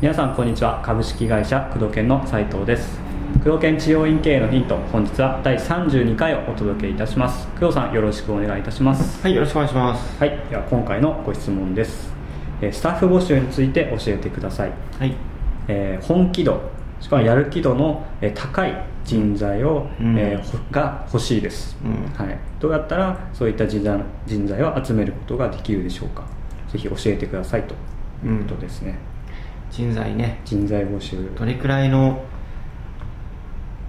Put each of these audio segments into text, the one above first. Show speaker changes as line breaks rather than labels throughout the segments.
皆さんこんにちは株式会社工藤研の斉藤です工藤研治療院経営のヒント本日は第32回をお届けいたします工藤さんよろしくお願いいたします
はい、よろしくお願いします。
はいでは今回のご質問ですえースタッフ募集について教えてください
はい。
えー本気度しかもやる気度のえー高い人材を、
うん
えーほが欲しいです、
うん
はい、どうやったらそういった人材人材を集めることができるでしょうかぜひ教えてくださいということですね、
人材ね、
人材募集
どれくらいの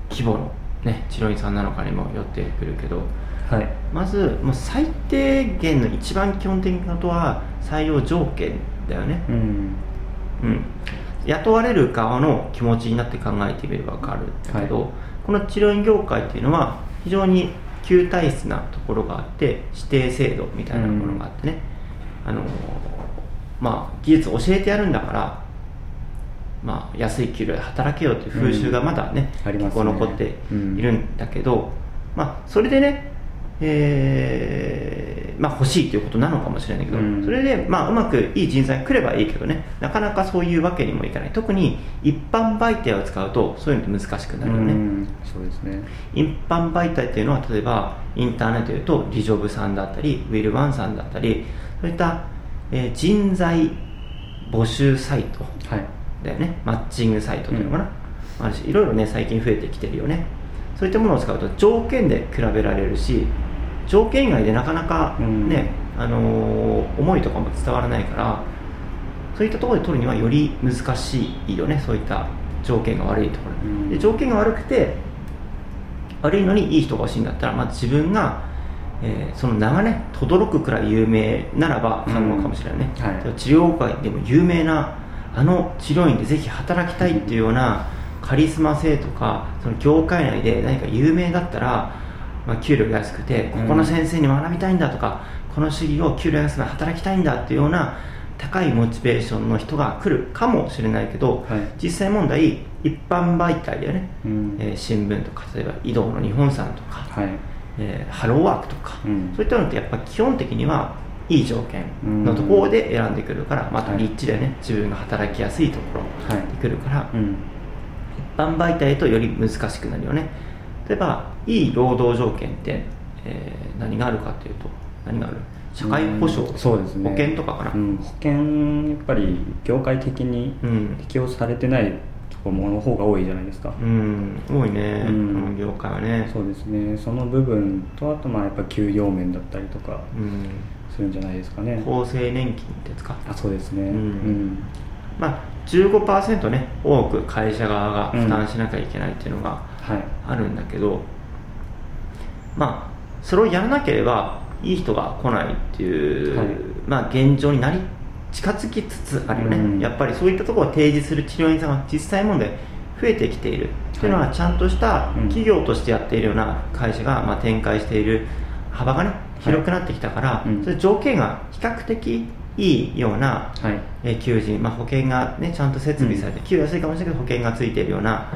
規模のね、治療院さんなのかにもよってくるけど、
はい
まず、もう最低限の一番基本的なことは採用条件だよね
う。ん
うん。雇われる側の気持ちになって考えてみればわかるんだけど、
はい
この治療院業界っていうのは非常に旧体質なところがあって指定制度みたいなものがあってね、あのまあ技術を教えてやるんだからまあ安い給料で働けよという風習がまだね、
うんありますね
結構残っているんだけど、まあそれでねえーまあ欲しいということなのかもしれないけど、
うん
それで、まあ、うまくいい人材来ればいいけどねなかなかそういうわけにもいかない特に一般媒体を使うとそういうのって難しくなるよね、
うんそうですね
一般媒体っていうのは例えばインターネットでいうとリジョブさんだったりウィル・ワンさんだったりそういった、えー人材募集サイト
はい
だよねマッチングサイトというのかな、あるしいろいろね最近増えてきてるよねそういったものを使うと条件で比べられるし条件以外でなかなか
うん
ね、あのー思いとかも伝わらないからそういったところで取るにはより難しいよねそういった条件が悪いところ、
うん
で条件が悪くて悪いのにいい人が欲しいんだったら、まあ、自分が、えーその名がね轟くくらい有名ならば可能かもしれないね、
うんはい
でも治療界でも有名なあの治療院でぜひ働きたいっていうようなカリスマ性とかその業界内で何か有名だったら、まあ、給料が安くてこ
うん
この先生に学びたいんだとか、この主義を給料安く働きたいんだっていうような高いモチベーションの人が来るかもしれないけど、
はい
実際問題一般媒体だよね、
うん
えー新聞とか例えば移動の日本さんとか、
はい
えーハローワークとか、
うん
そういったのってやっぱ基本的にはいい条件のところで選んでくるから、また立地でね自分が働きやすいところ
はい
でくるから、
うん
一般媒体とより難しくなるよね例えばいい労働条件って、えー何があるかというと何がある社会保障、
うんそうですね
保険とかかな、
うん、保険やっぱり業界的に
うん
適用されてないところの方が多いじゃないですか、
うん多いね、
うん
この業界はね
そうですねその部分とあとまあやっぱ給料面だったりとか
うん
するんじゃないですかね
厚生年金ですか
あそうですね
うんまあ、15%ね多く会社側が負担しなきゃいけないっていうのが
はい
あるんだけど、まあそれをやらなければいい人が来ないっていう、
はい
まあ、現状になり近づきつつあるよね、
うん
やっぱりそういったところを提示する治療院さんが実際問題増えてきているっていうのはちゃんとした
うん
企業としてやっているような会社が、まあ、展開している幅がね広くなってきたから、
うん
それ条件が比較的いいような
はい
えー求人、まあ、保険が、ね、ちゃんと設備されて、給料安いかもしれないけど保険がついているような、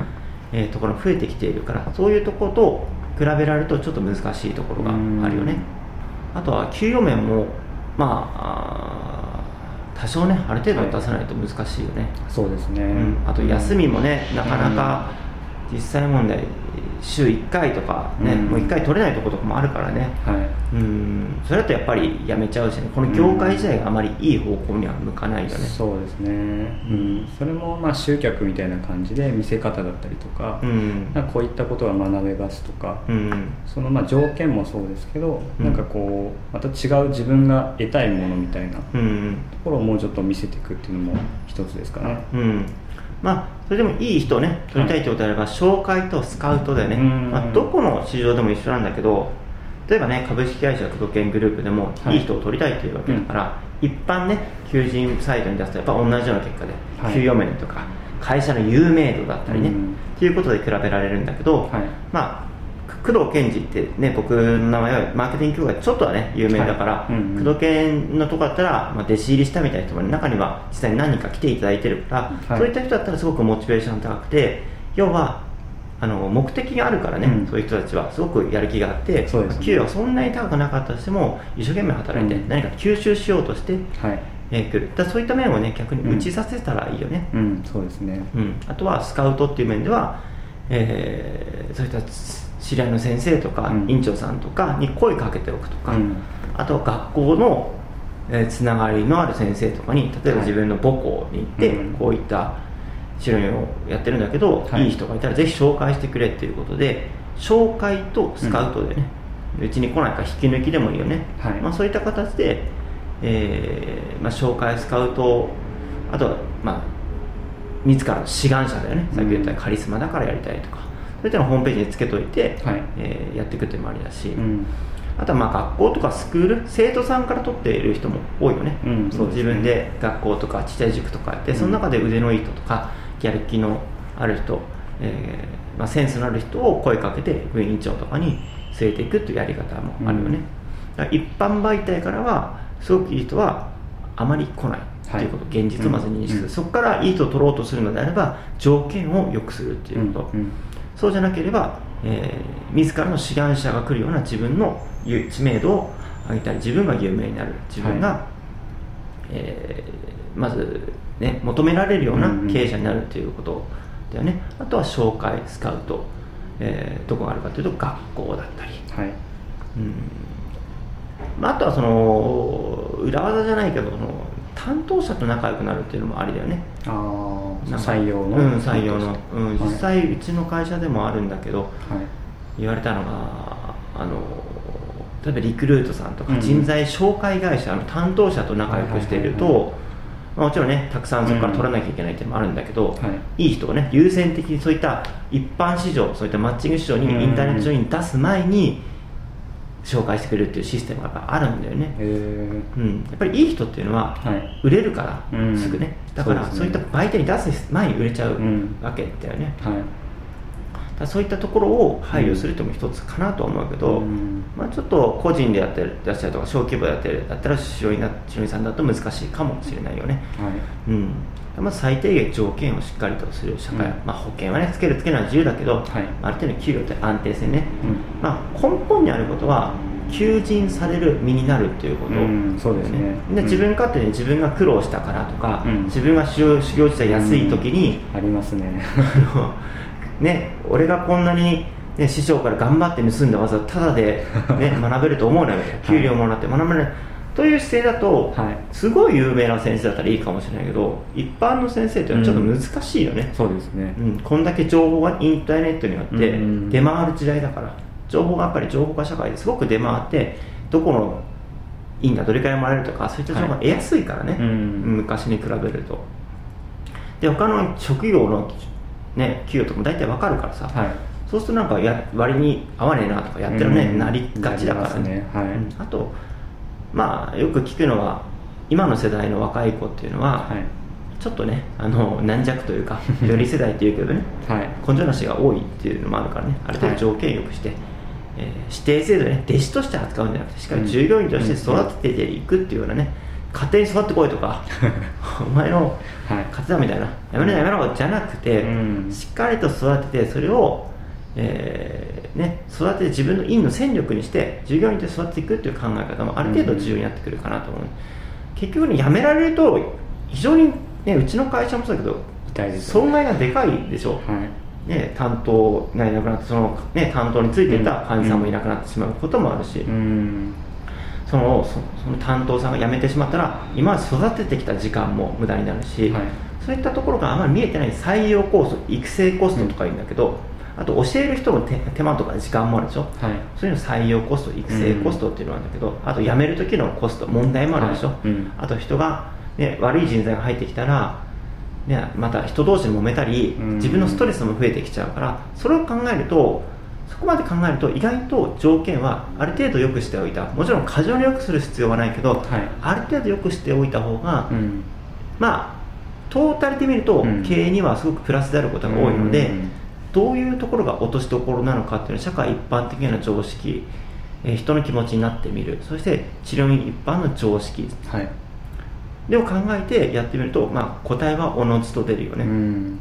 えーところが増えてきているからそういうところと比べられるとちょっと難しいところがあるよねあとは給与面も、まあ、あー多少ねある程度出さないと難しいよね、
そうですね、
うんあと休みもね、なかなか実際問題週1回とか、ね
うん
もう1回取れないところとかもあるからね、
はい
うんそれだとやっぱりやめちゃうし、ね、この業界自体があまりいい方向には向かないよね、
そうですね、うん、それもまあ集客みたいな感じで見せ方だったりとか,、
うん
なんかこういったことが学べますとか、
うん
そのまあ条件もそうですけど、
うん
なんかこうまた違う自分が得たいものみたいなと
うん
ころをもうちょっと見せていくっていうのも一つですかね、
うんまあそれでもいい人をね取りたいってことであれば、紹介とスカウトだよね、
うん
まあ、どこの市場でも一緒なんだけど例えばね株式会社工藤研グループでも
はい
いい人を取りたいというわけだから、一般ね求人サイトに出すとやっぱ同じような結果で、
はい
給与面とか会社の有名度だったりね、
うん
ということで比べられるんだけど、
はい
まあく工藤健二ってね僕の名前はマーケティング協会でちょっとはね有名だから、
はいうんうん
工藤研のとこだったら、まあ、弟子入りしたみたいな人も中には実際に何人か来ていただいてるか
は
ら、
い
そういった人だったらすごくモチベーション高くて要はあの目的があるからね、
うん
そういう人たちはすごくやる気があって、
そうですね
給与はそんなに高くなかったとしても一生懸命働いて
うん
何か吸収しようとして、
はい
えー来るだからそういった面をね逆
う
に
ん
打ちさせたらいいよね、
うんそうですね
うんあとはスカウトっていう面では、えーそういった知り合いの先生とか、
うん
院長さんとかに声かけておくとか、
うん
あとは学校の、えーつながりのある先生とかに例え
は
ば
い
自分の母校に行って、
うん
こういった治療をやってるんだけど、
はい
い、い人がいたらぜひ紹介してくれっていうことで紹介とスカウトでね、うちに来ないから引き抜きでもいいよね、
はい
まあ、そういった形で、えーまあ、紹介スカウトあとは、まあ、自らの志願者だよねさっき言ったカリスマだからやりたいとか、そういったのをホームページにつけといて、
はい
えーやっていくっていうのもありだし、
うん
あとはまあ学校とかスクール生徒さんから取っている人も多いよね,、
うんそうですね
自分で学校とかちっちゃい塾とかやって
うん
その中で腕のいい人とかやる気のある人、えーまあ、センスのある人を声かけて部員長とかに据えていくというやり方もあるよね、
うん
だから一般媒体からはすごくいい人はあまり来ないっていうこと、
はい
現実をまず認識する、
うん
そこからいい人を取ろうとするのであれば条件を良くするっていうこと、
うんうん
そうじゃなければ、えー自らの志願者が来るような自分の有知名度を上げたり自分が有名になる自分が、
はい
えーまず、ね、求められるような
うんうん
経営者になるということだよね、あとは紹介スカウト、えーどこがあるかというと学校だったり、
はい
うんまあ、あとはその裏技じゃないけどその担当者と仲良くなるっていうのもありだよね
ああ
なんか
採用の
うん、採用の、うん
はい
実際うちの会社でもあるんだけど、
はい
言われたのがあの例えばリクルートさんと
う
か
ん
人材紹介会社の担当者と仲良くしている
はいはいはい
とまあもちろんねたくさんそこから取らなきゃいけないっていうのもあるんだけど、
はい
い、い人をね優先的にそういった一般市場そういったマッチング市場に
うん
インターネット上に出す前に紹介してくれるっていうシステムがあるんだよね、
え
うん、やっぱりいい人っていうのは
はい
売れるから、
うん
すぐねだから
そ
そうう
で
いっ
す
た
ね
媒体に出す前に売れちゃう
うん
わけだよね、
ー、はい
だからそういったところを配慮するっていうのも一つかなとは思うけど、
うん
まあ、ちょっと個人でやってるらっしゃるとか小規模でやってるだったら塩井な塩井さんだと難しいかもしれないよね、
はい
うんまあ、最低限条件をしっかりとする社会、
うん
まあ、保険はねつけるつけないは自由だけど、
はい
まあある程度給料って安定性ね、
うん
まあ、根本にあることは求人される身になるっていうこと、
うんそうですねうん
で自分勝手に自分が苦労したからとか、
うん
自分が修行修行時代安い時に、
あります ね
あのね、俺がこんなに、ね、師匠から頑張って盗んだ技をただで、ね、 学べると思うなよ給料もらって学べないという姿勢だと、
はい
すごい有名な先生だったらいいかもしれないけど一般の先生というのはちょっと難しいよね、
そうですね
うんこんだけ情報がインターネットによって
うん
出回る時代だから情報がやっぱり情報化社会ですごく出回ってどこの印がどれくらいもらえるとかそういった情報が得やすいからね、
はいうん
昔に比べるとで他の職業の、ね、給与とかも大体わかるからさ、
はい
そうするとなんかや割に合わねえなとかやってるね、
うん
なりがちだから
なりますねはい
うんあとまあよく聞くのは今の世代の若い子っていうのは、
はい
ちょっとねあの軟弱 というかより世代っていうけどね
はい
根性なしが多いっていうのもあるからねある程
は
度
い
条件よくして、えー指定制度でね弟子として扱うんじゃなくてしっか
うん
り従業員として育てていくっていうようなね勝手に育ってこい とかお前の
はい
勝てたみたいなやめろやめろじゃなくて、
うん
しっかりと育ててそれを、えーね、育てて自分の院の戦力にして従業員として育てていくっていう考え方もある程度重要になってくるかなと思う、結局ね辞められると非常に、ね、うちの会社もそうだけど
痛いですよ
損害がでかいでしょ、
はい
ね、担当がいなくなってその、ね、担当についていた患者さんもいなくなってしまうこともあるし、
うん
そのそその担当さんが辞めてしまったら今まで育ててきた時間も無駄になるし、
はい
そういったところがあまり見えてない採用コースト育成コストとかいうんだけど、あと教える人の手手間とか時間もあるでしょ、
はい
そういうの採用コスト育成コストっていうのがあるんだけど、あと辞める時のコスト問題もあるでしょ、
はいうん
あと人が、ね、悪い人材が入ってきたら、ね、また人同士で揉めたり
うん
自分のストレスも増えてきちゃうからそれを考えるとそこまで考えると意外と条件はある程度良くしておいたもちろん過剰に良くする必要はないけど、ある程度良くしておいた方が、
うん
まあトータルで見ると
うん
経営にはすごくプラスであることが多いので、
うん
どういうところが落としどころなのかっていうのは社会一般的な常識、えー人の気持ちになってみるそして治療院一般の常識
はい
でを考えてやってみると、まあ、答えはおのずと出るよね、
うん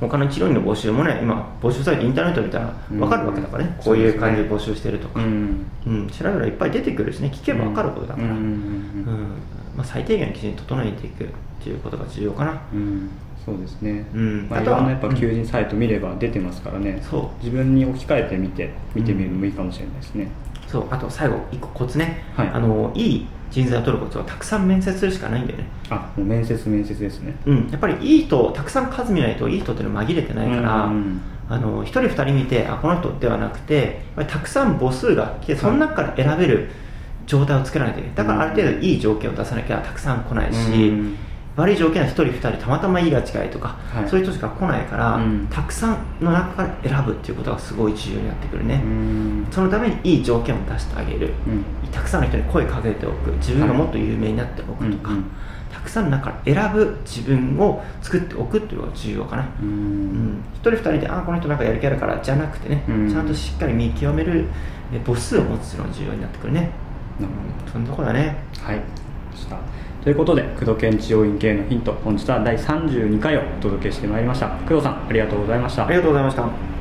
他の治療院の募集もね今募集サイトインターネット見たら分かるわけだからね、
うん
こう
そ
いう
うです
感
ね
じで募集してるとか、
うん
うん、調べればいっぱい出てくるしね聞けば分かることだから、
う
うんん
うんうん
まあ、最低限の基準に整えていくっていうことが重要かな
うんそうですね、
うん
まあ、
あ
い
とは
ろんなやっぱ求人サイト見れば出てますからね、
そう
自分に置き換えてみて見てみるのもいいかもしれないですね、
そうあと最後一個コツね、
はい
あのいい人材を取るコツはたくさん面接するしかないんだよね
あもう面接面接ですね
うん、やっぱりいい人たくさん数見ないといい人っていうのは紛れてないから、
うんうん
あの1人2人見てあこの人ではなくてやっぱりたくさん母数が来てその中から選べる状態を作らないといけないだからある程度いい条件を出さなきゃたくさん来ないし、
うん
悪い条件は1人2人たまたまいいが違いとか、
はい
そういう人しか来ないから、
うん
たくさんの中から選ぶっていうことがすごい重要になってくるね、
うん
そのためにいい条件を出してあげる、
うん
たくさんの人に声かけておく自分がもっと有名になっておくとか、
はいうんうん
たくさんの中から選ぶ自分を作っておくっていうのが重要かな、
う
うん
ん
一人二人であこの人なんかやる気あるからじゃなくてね、
うん
ちゃんとしっかり見極めるえ母数を持つのが重要になってくるね
なるほど
そんなとこだね
はい、でした。ということで、工藤県治療院系のヒント、本日は第32回をお届けしてまいりました。工藤さん、ありがとうございました
あり。がとうございました